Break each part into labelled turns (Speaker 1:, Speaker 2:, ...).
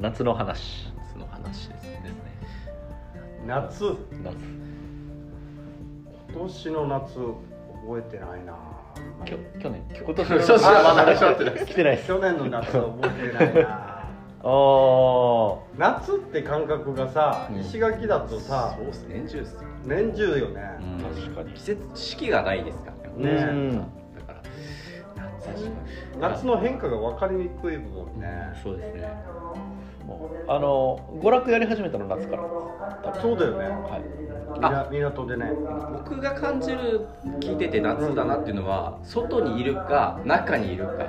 Speaker 1: 夏の話
Speaker 2: その話で
Speaker 1: で
Speaker 2: す
Speaker 1: す
Speaker 2: ね
Speaker 1: ね
Speaker 3: 夏
Speaker 1: 夏
Speaker 3: 今年の夏覚えてないな
Speaker 1: きょ去年今年
Speaker 2: 今年はまだ
Speaker 1: 来
Speaker 2: 始まってない
Speaker 1: 来てないですあ
Speaker 3: 去年の夏覚えてない な
Speaker 1: あー
Speaker 3: 夏って感覚がさ
Speaker 1: うん
Speaker 3: 石垣だとさ
Speaker 2: そうです年中ですよ
Speaker 3: 年中よね、
Speaker 1: うん
Speaker 2: 確かに季節四季がないですから
Speaker 3: ねえ
Speaker 1: うん
Speaker 2: だから夏
Speaker 3: 夏の変化が分かりにくい部分ね、
Speaker 2: そうですね
Speaker 1: もうあの娯楽やり始めたの夏から多分
Speaker 3: そうだよね
Speaker 1: はい
Speaker 3: み
Speaker 2: あ
Speaker 3: な港でね
Speaker 2: 僕が感じる聞いてて夏だなっていうのは外にいるか中にいるかで、ね、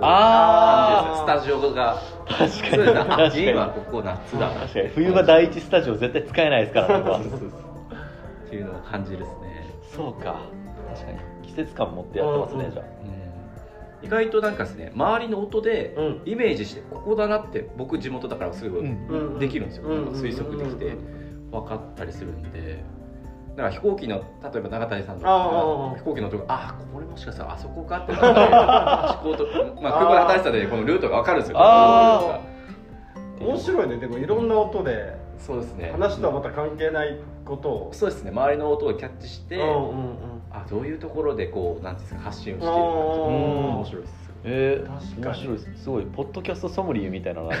Speaker 1: あ
Speaker 2: スタジオが
Speaker 1: 確か
Speaker 2: そ
Speaker 1: に
Speaker 2: うだ
Speaker 1: 確
Speaker 2: な
Speaker 1: かに
Speaker 2: 今ここ夏だな
Speaker 1: 確かに冬場第一スタジオ絶対使えないですからここは
Speaker 2: そうそうそうっていうのを感じるですね、
Speaker 1: そうか確かに季節感持ってやってます
Speaker 3: う
Speaker 1: ね
Speaker 3: ん
Speaker 1: じゃあ
Speaker 2: うん、意外となんかですね周りの音で
Speaker 3: うん
Speaker 2: イメージしてここだなって僕地元だからすぐ
Speaker 3: うん
Speaker 2: できるんですよ、
Speaker 3: うん
Speaker 2: なんか推測でき
Speaker 3: うん
Speaker 2: て
Speaker 3: うんうん
Speaker 2: 分かったりするんでだから飛行機の例えば永谷さんと
Speaker 3: ああああ
Speaker 2: か飛行機の音がああこれもしかしたらあそこかってなって思考と、まあ、空港で働いてたんでこのルートが分かるんですよ
Speaker 1: ああ
Speaker 2: こういうのが
Speaker 3: 面白いねでもいろんな音で
Speaker 2: そうですね
Speaker 3: 話とはまた関係ないことを、
Speaker 2: そうですね周りの音をキャッチして、
Speaker 3: うんうんうん
Speaker 2: あどういうところでこうなんていうんですか発信をしているかとか
Speaker 1: うん
Speaker 2: 面
Speaker 3: あ
Speaker 2: 白いです
Speaker 1: え
Speaker 3: 確
Speaker 1: ー、
Speaker 3: かに
Speaker 1: 面白いですすごいポッドキャストソムリエみたいなのがあ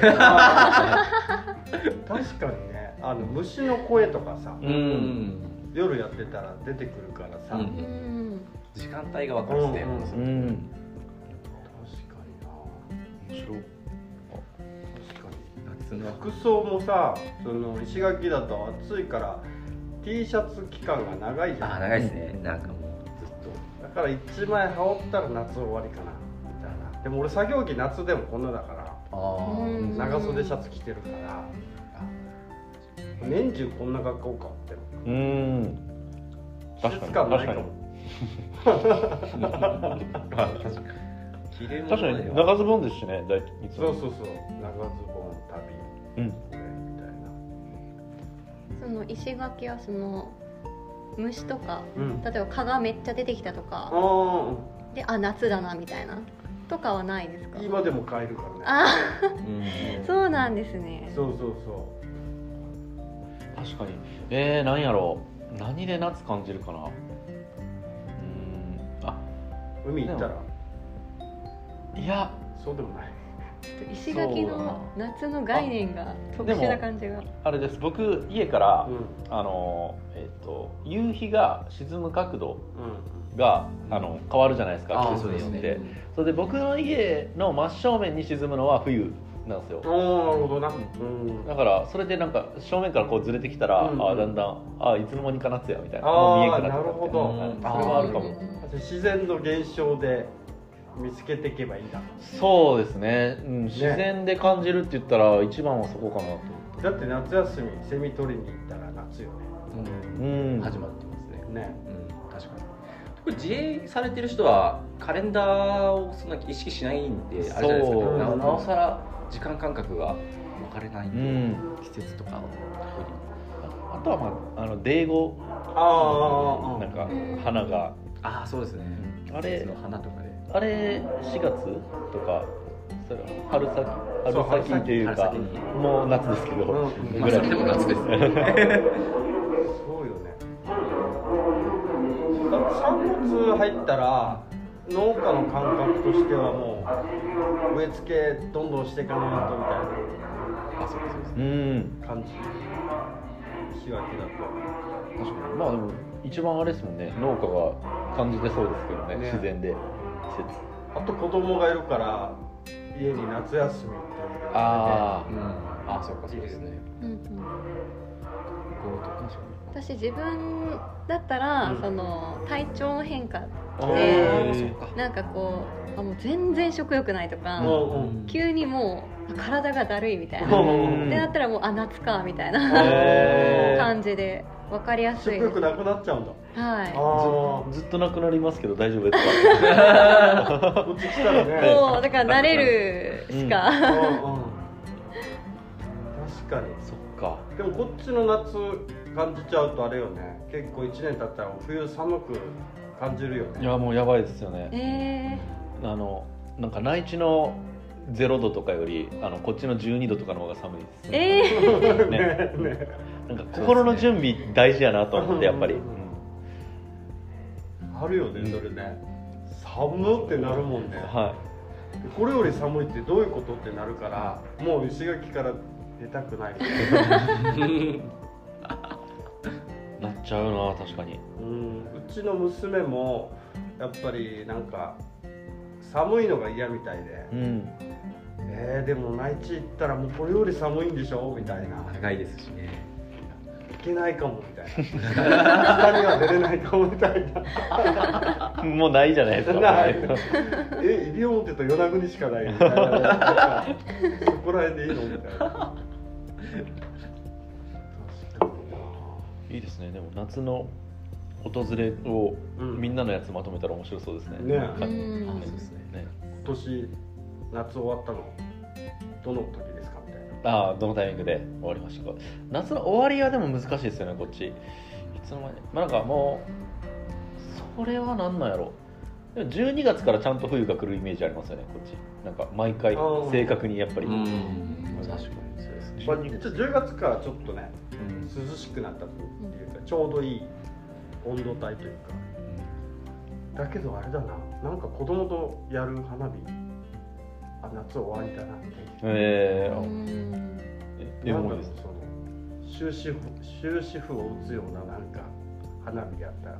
Speaker 1: る
Speaker 3: ー確かにねあの虫の声とかさ、
Speaker 1: うん
Speaker 3: 夜やってたら出てくるからさ、
Speaker 2: う
Speaker 4: うんん
Speaker 2: 時間帯が分かるんですね、
Speaker 3: うん
Speaker 1: うん
Speaker 3: 確
Speaker 1: 面
Speaker 3: かにな
Speaker 1: 白い
Speaker 3: 確か
Speaker 2: 夏
Speaker 3: に
Speaker 2: の
Speaker 3: 服装もさその石垣だと暑いから T シャツ期間が長いじ
Speaker 2: あ
Speaker 3: ゃ
Speaker 2: ー
Speaker 3: ん
Speaker 2: 長いですね、なんかもうずっと
Speaker 3: だから1枚羽織ったら夏終わりかなみたいなでも俺作業着夏でもこんなだから
Speaker 2: あ
Speaker 4: ーうん
Speaker 3: 長袖シャツ着てるから年中こんな格好かって
Speaker 1: うん確
Speaker 3: 季
Speaker 1: かに
Speaker 3: 節感ない
Speaker 1: 確
Speaker 3: か
Speaker 1: か
Speaker 3: も
Speaker 1: に
Speaker 2: 確かに着れ
Speaker 1: 確
Speaker 2: 物
Speaker 1: か
Speaker 2: だ
Speaker 1: に
Speaker 2: よ
Speaker 1: 長ズボンですしねだいいつ
Speaker 3: そう
Speaker 1: も
Speaker 3: そうそう長ズボン
Speaker 1: う
Speaker 3: 旅
Speaker 1: ん
Speaker 3: みたいな
Speaker 4: その石垣はその虫とか
Speaker 3: うん
Speaker 4: 例えば蚊がめっちゃ出てきたとか
Speaker 3: あ
Speaker 4: であ夏だなみたいなとかはないですか
Speaker 3: あ今でも買えるからね
Speaker 4: あ
Speaker 2: うん
Speaker 4: そうなんですね
Speaker 3: そうそうそ
Speaker 1: 確かにえー、何やろう何で夏感じるかなうーんあ
Speaker 3: う海行ったら
Speaker 1: いや
Speaker 3: そうでもない
Speaker 4: 石垣の夏の概念が特殊な感じが
Speaker 1: あれです僕家から、
Speaker 3: うん
Speaker 1: あのえっ、と夕日が沈む角度
Speaker 3: う
Speaker 1: があの変わるじゃないですか
Speaker 2: あー
Speaker 1: 季節によって
Speaker 2: そうです
Speaker 1: それで僕の家の真正面に沈むのは冬なんですよ
Speaker 3: んおおなるほどなうん
Speaker 1: だからそれでなんか正面からこうずれてきたら、
Speaker 3: うん
Speaker 1: あーだんだんあーいつの間にか夏やみたいな
Speaker 3: あー
Speaker 1: もう見えんくなっちゃ
Speaker 3: なるほど
Speaker 1: ってはいそれはあるか
Speaker 4: う
Speaker 1: も
Speaker 4: ん
Speaker 3: 自然の現象で見つけていけばいいんだ
Speaker 1: そうですね、うん、自然で感じるって言ったら一番はそこかなと
Speaker 3: だって夏休みセミ取りに行ったら夏よ
Speaker 2: うん
Speaker 1: うん
Speaker 2: 始まってますね、
Speaker 3: ねね
Speaker 2: うん、確かにこれ自営されてる人はカレンダーをそんな意識しないんであれじゃないですか
Speaker 1: そう
Speaker 2: ななおさら時間感覚が分かれないん
Speaker 1: う
Speaker 2: で、
Speaker 1: ん
Speaker 2: 季節とかを特に
Speaker 1: ああとはまああのデーゴ
Speaker 3: あ
Speaker 1: なんか
Speaker 4: うん
Speaker 1: 花が
Speaker 2: ああそうですね
Speaker 1: あれ
Speaker 2: 季節の花とかで
Speaker 1: あれ4月とかそれ春先
Speaker 3: そう
Speaker 1: 春先っていうか
Speaker 2: 春先に
Speaker 1: もう夏ですけど、
Speaker 3: うん
Speaker 2: まあそれでも夏です
Speaker 3: そ
Speaker 2: ね
Speaker 3: うよねだって産物入ったら農家の感覚としてはもう植え付けどんどんしていかないとみ
Speaker 2: あそうですそうです
Speaker 1: うん
Speaker 3: たいな感じ仕分けだ
Speaker 1: 確かにまあでも一番あれですもんね農家が感じてそうですけどね
Speaker 3: ね
Speaker 1: 自然で季節
Speaker 3: とあと子供がいるから家に夏休みっていうのが
Speaker 1: あ
Speaker 2: うんああそうかそうですね
Speaker 4: うんうん
Speaker 2: こうとかでしょ
Speaker 4: 私自分だったら、
Speaker 3: うん
Speaker 4: その体調の変化
Speaker 1: あ
Speaker 2: ー
Speaker 4: へ
Speaker 1: ー
Speaker 2: そうか
Speaker 4: なんかこうあもう全然食欲ないとか、
Speaker 3: うん
Speaker 4: 急にもうあ体がだるいみたいな、
Speaker 3: う
Speaker 4: っ
Speaker 3: ん
Speaker 4: てなったらもうあ夏かみたいな
Speaker 1: へー
Speaker 4: 感じで分かりやす
Speaker 3: 食
Speaker 4: いです
Speaker 3: 欲なくなっちゃうんだ
Speaker 4: はい
Speaker 3: あ
Speaker 1: ずっとなくなりますけど大丈夫ですか
Speaker 3: あこっち来たらね
Speaker 4: もうだから慣れるし
Speaker 3: う
Speaker 4: か、
Speaker 3: んうん確かに
Speaker 1: そっか
Speaker 3: でもこっちの夏感じちゃうとあれよね結構1年経ったら冬寒く感じるよ
Speaker 1: い
Speaker 3: ね
Speaker 1: やもうやばいですよね
Speaker 4: え
Speaker 1: あのなんか内地の0度とかよりあのこっちの12度とかの方が寒いです
Speaker 4: えー、
Speaker 1: ね
Speaker 3: ね
Speaker 1: なんか心の準備大事やなと思ってやっぱり、
Speaker 3: うんあるよねそれね寒ってなるもんね
Speaker 1: は
Speaker 3: これより寒いってどういうことってなるからもう石垣から出たく ない、
Speaker 1: いなっちゃうな確かに
Speaker 3: うん、うちの娘もやっぱりなんか寒いのが嫌みたいで
Speaker 1: うん
Speaker 3: 「えー、でも内地行ったらもうこれより寒いんでしょ?」みたいな「
Speaker 2: 高いですしね
Speaker 3: いけないかも」みたいな「下には出れないかも」みたいな
Speaker 1: もうないじゃないですか
Speaker 3: ないえ西表と与那国しかないみたいなそこら辺でいいのみたいな。
Speaker 1: いいですねでも夏の訪れを
Speaker 3: うん
Speaker 1: みんなのやつまとめたら面白そうですね、
Speaker 3: ね
Speaker 1: は
Speaker 4: う
Speaker 1: い
Speaker 4: ん
Speaker 2: そうですね
Speaker 1: ね
Speaker 3: 今年夏終わったのどの時ですかみたいな
Speaker 1: ああどのタイミングで終わりましたか夏の終わりはでも難しいですよねこっちいつの間にまあなんかもうそれは何なんやろでも12月からちゃんと冬が来るイメージありますよねこっちなんか毎回
Speaker 3: あー
Speaker 1: 正確にやっぱり、
Speaker 2: うん確かにそうですね
Speaker 3: まあ、一応10月からちょっとね
Speaker 1: うん
Speaker 3: 涼しくなったというかちょうどいい温度帯というかだけどあれだななんか子供とやる花火あ夏終わりだなって
Speaker 1: えーあ
Speaker 4: うん
Speaker 1: ええ
Speaker 3: なんだ
Speaker 1: 思
Speaker 3: ろ
Speaker 1: いうです
Speaker 3: その終止符終止符を打つようななんか花火や ったら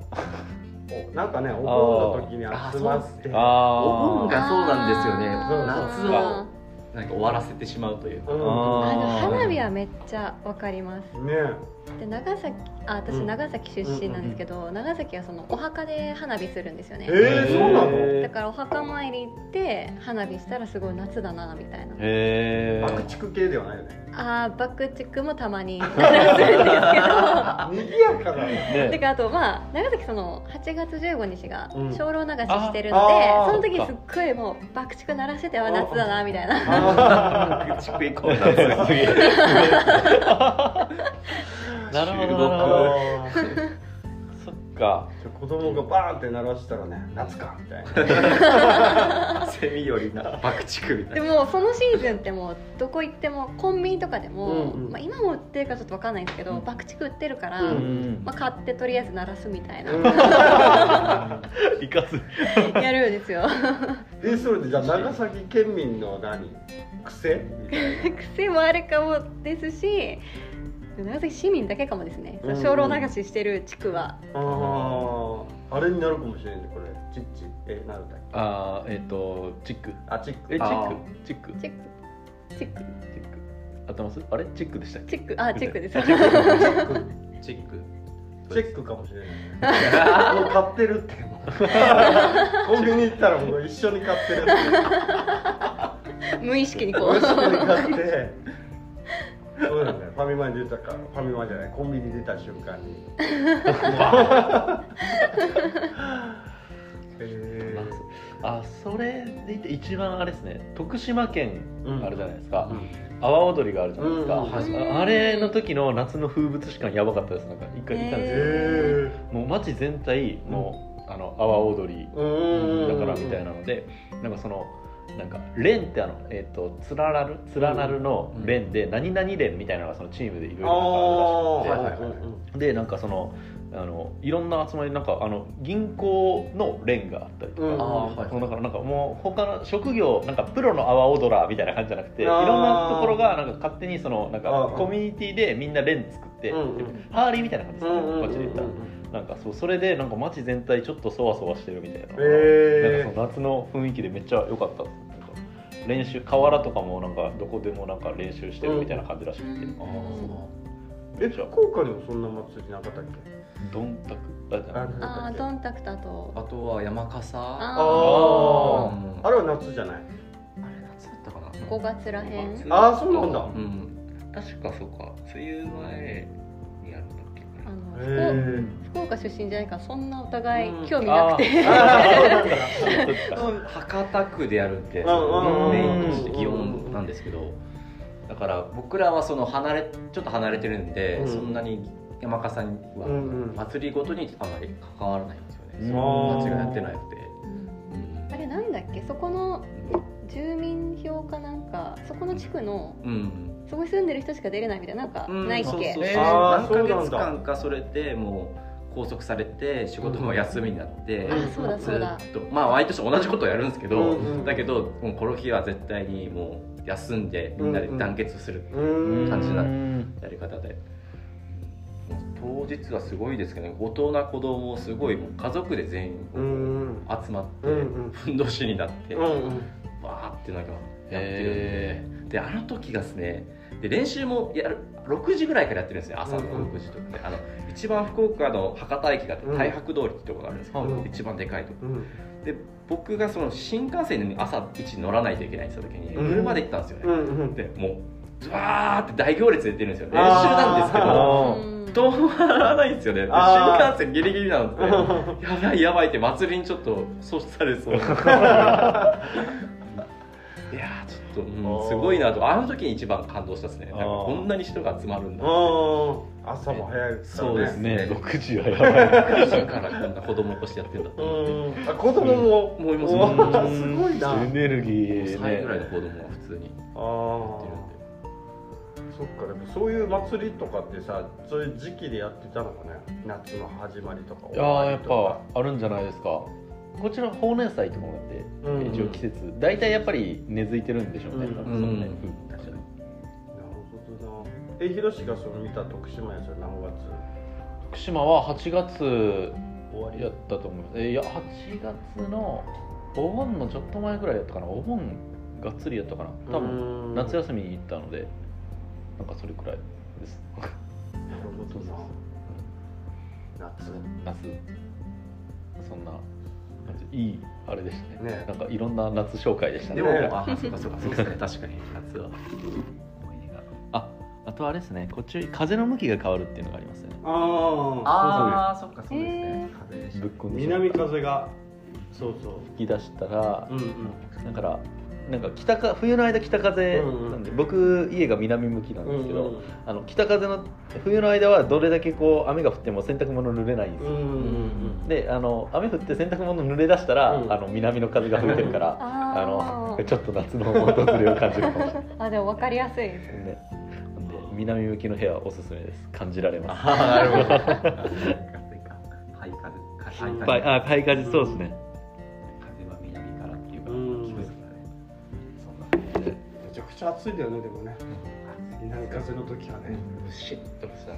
Speaker 3: おなんかねお盆の時に
Speaker 2: あー
Speaker 3: 集まって
Speaker 2: お盆
Speaker 1: あー
Speaker 2: がそうなんですよね
Speaker 4: あー
Speaker 2: 夏をなんか終わらせてしまうというか
Speaker 3: うん
Speaker 1: あ
Speaker 4: あの
Speaker 1: ー
Speaker 4: 花火はめっちゃわかります
Speaker 3: ね
Speaker 4: で長崎あ私
Speaker 3: うん
Speaker 4: 長崎出身なんですけど、長崎はそのお墓で花火するんですよね
Speaker 3: えーそうなの
Speaker 4: だからお墓参り行って花火したらすごい夏だなみたいな
Speaker 1: へえ
Speaker 3: 爆竹系では ないよね
Speaker 4: あー爆竹もたまにするんですけどだ
Speaker 3: 賑やかだね
Speaker 1: ね
Speaker 4: からあとまあ長崎その8月15日が
Speaker 3: うん
Speaker 4: 精霊流ししてるので、
Speaker 3: ああー
Speaker 4: その時すっごいもう爆竹鳴らしてては夏だなみたいな
Speaker 3: あ
Speaker 2: 口食い込んだんですよ
Speaker 1: すげえ なるほどなるほど
Speaker 3: ー
Speaker 1: そっか
Speaker 3: じゃあ子供がバーンって鳴らしたらね夏か みたいな
Speaker 2: セミよりな爆竹みたい
Speaker 4: で
Speaker 2: な
Speaker 4: もそのシーズンってもうどこ行ってもコンビニとかでも、
Speaker 3: うんうん
Speaker 4: まあ、今も売ってるかちょっとわかんないんですけど、爆竹売ってるから、
Speaker 3: うん
Speaker 1: うん
Speaker 4: まあ、買ってとりあえず鳴らすみたいな、
Speaker 1: いかず
Speaker 4: やるんで すよ
Speaker 3: えそれでじゃあ長崎県民の何癖みた い
Speaker 4: 癖もあるかもですし長崎市民だけかもですね
Speaker 3: うん
Speaker 4: 精霊流ししてる地区は、
Speaker 3: なあああれになるかもしれないねこれチッチえなるだっけ
Speaker 1: あーえっ、とチック
Speaker 3: あチック
Speaker 1: えチ
Speaker 2: あ
Speaker 1: ッ
Speaker 2: ー
Speaker 1: クチックチ
Speaker 4: チェックチェック
Speaker 1: ック合ってますあれチックでしたっけ
Speaker 4: チェックあチェックです
Speaker 1: あチェック
Speaker 3: チェック
Speaker 2: チェック
Speaker 3: チェックかもしれないねもう買ってる ってコンビニ行ったらもう一緒に買ってるって
Speaker 4: 無意識にこ
Speaker 3: 美味し
Speaker 4: う
Speaker 3: く買ってそうだねファミマに出たかファミマじゃないコンビニ出た瞬間 にえー
Speaker 1: あそれで言って一番あれですね徳島県
Speaker 3: うん
Speaker 1: あれじゃないですか
Speaker 3: う、ん
Speaker 1: 阿波踊りがあるじゃないですか、
Speaker 3: うん
Speaker 1: はし
Speaker 4: うん
Speaker 1: あれの時の夏の風物詩感やばかったですなんか一回行ったんですよ、
Speaker 3: え
Speaker 1: もう街全体もう、あの阿波踊り
Speaker 3: ーうん
Speaker 1: だからみたいなので、なんかそのなんか連ってあのえっ、とつらなるつらなるの連で何々連みたいなのがそのチームでいろい
Speaker 3: あ
Speaker 1: ろ
Speaker 3: あ
Speaker 1: なんかあるらしくて、
Speaker 2: はいはいはい
Speaker 1: でなんかそのあのいろんな集まりなんかあの銀行の連があったりとか、
Speaker 3: うん
Speaker 2: あーはい
Speaker 1: そのだからなんかもう他の職業なんかプロの阿波踊らーみたいな感じじゃなくてい
Speaker 3: あー
Speaker 1: ろんなところがなんか勝手にそのなん
Speaker 3: あ
Speaker 1: か
Speaker 3: ー
Speaker 1: コミュニティでみんな連作って、
Speaker 3: うんうん
Speaker 1: ハーリーみたいな感じですね、
Speaker 3: うんうんうん
Speaker 1: こっちで言ったらなんかそうそれでなんか街全体ちょっとそわそわしてるみたいな,、
Speaker 3: へー
Speaker 1: なんかその夏の雰囲気でめっちゃ良かったですなんか練習河原とかもなんかどこでもなんか練習してるみたいな感じらしくて、
Speaker 4: うん
Speaker 2: ああ
Speaker 3: え福岡にもそんな祭りなかったっけ
Speaker 1: どんたくだじゃん
Speaker 3: なんだ
Speaker 4: あ
Speaker 3: っ
Speaker 4: ー
Speaker 3: け
Speaker 4: ドンタクトあと
Speaker 2: あとは山笠
Speaker 4: あ
Speaker 3: あ
Speaker 2: うん
Speaker 3: ーあれは夏じゃない
Speaker 2: あれ夏だったかな
Speaker 4: 5月らへん
Speaker 3: あーそうなんだ
Speaker 2: うん確かそうか梅雨前にやるんだっけ
Speaker 4: あの
Speaker 3: へ
Speaker 4: 福
Speaker 3: ー
Speaker 4: 福岡出身じゃないからそんなお互い
Speaker 2: うん
Speaker 4: 興味なくて、
Speaker 1: そう
Speaker 2: 博多区でやるってメイ
Speaker 3: う
Speaker 1: うん
Speaker 3: ん
Speaker 2: ンとして祇園なんですけどだから僕らはその離れちょっと離れてるんで、
Speaker 3: うん
Speaker 2: そんなに山笠には
Speaker 3: うんうん
Speaker 2: 祭りごとにあまり関わらないんですよね、
Speaker 1: うん
Speaker 2: その祭りがやってなくて、
Speaker 4: あれなんだだっけそこの住民票かなんかそこの地区の
Speaker 2: うん、
Speaker 4: そこに住んでる人しか出れないみたいななんか
Speaker 2: うん
Speaker 4: ないっけ、
Speaker 2: そうそうそう
Speaker 3: あー
Speaker 2: 何ヶ
Speaker 3: そう
Speaker 2: 月
Speaker 3: なん
Speaker 2: 間かそれでもう拘束されて仕事も休みになって、
Speaker 3: うん
Speaker 4: あそうだ
Speaker 2: ず
Speaker 4: そうだ
Speaker 2: っとまあ毎年同じことをやるんですけど、
Speaker 3: うんうん
Speaker 2: だけどもうこの日は絶対にもう休んでみんなで団結する
Speaker 3: うん
Speaker 2: 感じだ
Speaker 1: うん
Speaker 2: やり方で、もう当日はすごいですけどね後藤な子供もすごいもう家族で全員
Speaker 3: うんうん
Speaker 2: 集まっ
Speaker 3: うんうん
Speaker 2: てふんどしになって、
Speaker 3: うんうん
Speaker 2: バーってなんかやってるんで
Speaker 1: へ
Speaker 2: であの時がですねで練習もやる6時ぐらいからやってるんですね朝の
Speaker 3: うんうん
Speaker 2: 6時とかねあの一番福岡の博多駅があって
Speaker 3: うん
Speaker 2: 太白通りってとこがあるんですけど、
Speaker 3: うん
Speaker 2: 一番でかいとこ
Speaker 3: うん
Speaker 2: で僕がその新幹線に朝一乗らないといけないって言った時に
Speaker 3: うん
Speaker 2: 車で行ったんですよね、
Speaker 3: うんうん
Speaker 2: でもうズワーって大行列で出てるんですよ練習なんですけど
Speaker 3: あ
Speaker 4: うん
Speaker 2: 止まらないんですよねで
Speaker 3: あー
Speaker 2: 新幹線ギリギリなので やばいやばいって祭りにちょっと阻止され そういやーちょっと、うんすごいなとあの時に一番感動したですねなんかこんなに人が集まるんだ
Speaker 3: うん朝も早いですから
Speaker 2: そうです
Speaker 1: ね6時はやばい
Speaker 2: 9時からこんな子供起こしてやってんだと思って
Speaker 3: うんあ子供も
Speaker 2: 思います
Speaker 3: う
Speaker 2: も
Speaker 3: わすごいな
Speaker 1: エネルギ
Speaker 2: う
Speaker 1: ー
Speaker 2: 歳ぐらいの
Speaker 1: ね
Speaker 2: 子供は普通にや
Speaker 3: あ
Speaker 2: って
Speaker 3: ー
Speaker 2: るんで
Speaker 3: そっかでもそういう祭りとかってさそういう時期でやってたのかね夏の始まりとか
Speaker 1: い
Speaker 3: 終
Speaker 1: やー
Speaker 3: わ
Speaker 1: や
Speaker 3: り
Speaker 1: っ
Speaker 3: と
Speaker 1: ぱ
Speaker 3: か
Speaker 1: あるんじゃないですかこちら法年祭とかもあって
Speaker 3: うん
Speaker 1: 一応季節大体やっぱり根付いてるんでしょうね、
Speaker 3: うん
Speaker 1: 多分そのね風景としてね
Speaker 3: なるほどなえひろしがその見た徳島やつは何月
Speaker 1: 福島は8月
Speaker 3: 終わり
Speaker 1: やったと思いますえいや8月のお盆のちょっと前ぐらいやったかなお盆がっつりやったかな多分
Speaker 3: 分
Speaker 1: 夏
Speaker 3: 休
Speaker 1: 休みに行ったのでなんかそれくらいです
Speaker 3: みなるほどな夏
Speaker 1: 夏そんな感じいいあれでしたね
Speaker 3: ね
Speaker 1: なんかいろんな夏紹介でしたね
Speaker 2: で
Speaker 3: ね
Speaker 2: も、あ、そうかそうか、そうですね、確かに、夏は。
Speaker 1: ああとあれですねこっち風の向きが変わるっていうのがありますよね
Speaker 3: あ
Speaker 2: ああ、そっか、そうですね。
Speaker 1: ぶっこんでしまう
Speaker 3: 南風がそうそ
Speaker 1: 吹き出したら
Speaker 3: ううんうん
Speaker 1: だからなんか北か冬の間北風なんで、僕家が南向きなんですけど、あの北風の冬の間はどれだけこう雨が降っても洗濯物濡れないんです
Speaker 3: う
Speaker 1: よ、
Speaker 3: んうん
Speaker 1: であの雨降って洗濯物濡れ出したら、
Speaker 3: うん
Speaker 1: あの南の風が吹いてるから、あ
Speaker 4: あ
Speaker 1: の
Speaker 4: ー
Speaker 1: ちょっと夏の訪れを感じるかもしれな
Speaker 4: あでも分かりやすいです
Speaker 1: い、ね、なんで南向きの部屋はおすすめです感じられます
Speaker 2: あ あ、なるほど。はい、風、
Speaker 1: い
Speaker 2: 風、
Speaker 1: っぱいあパイカジそうですね、
Speaker 2: 風は南からっていうか、
Speaker 3: うん
Speaker 2: 聞こえてくるね。そんな。
Speaker 3: めちゃくちゃ暑いんだよねでもね南風の時はね
Speaker 2: シッとした。
Speaker 1: あ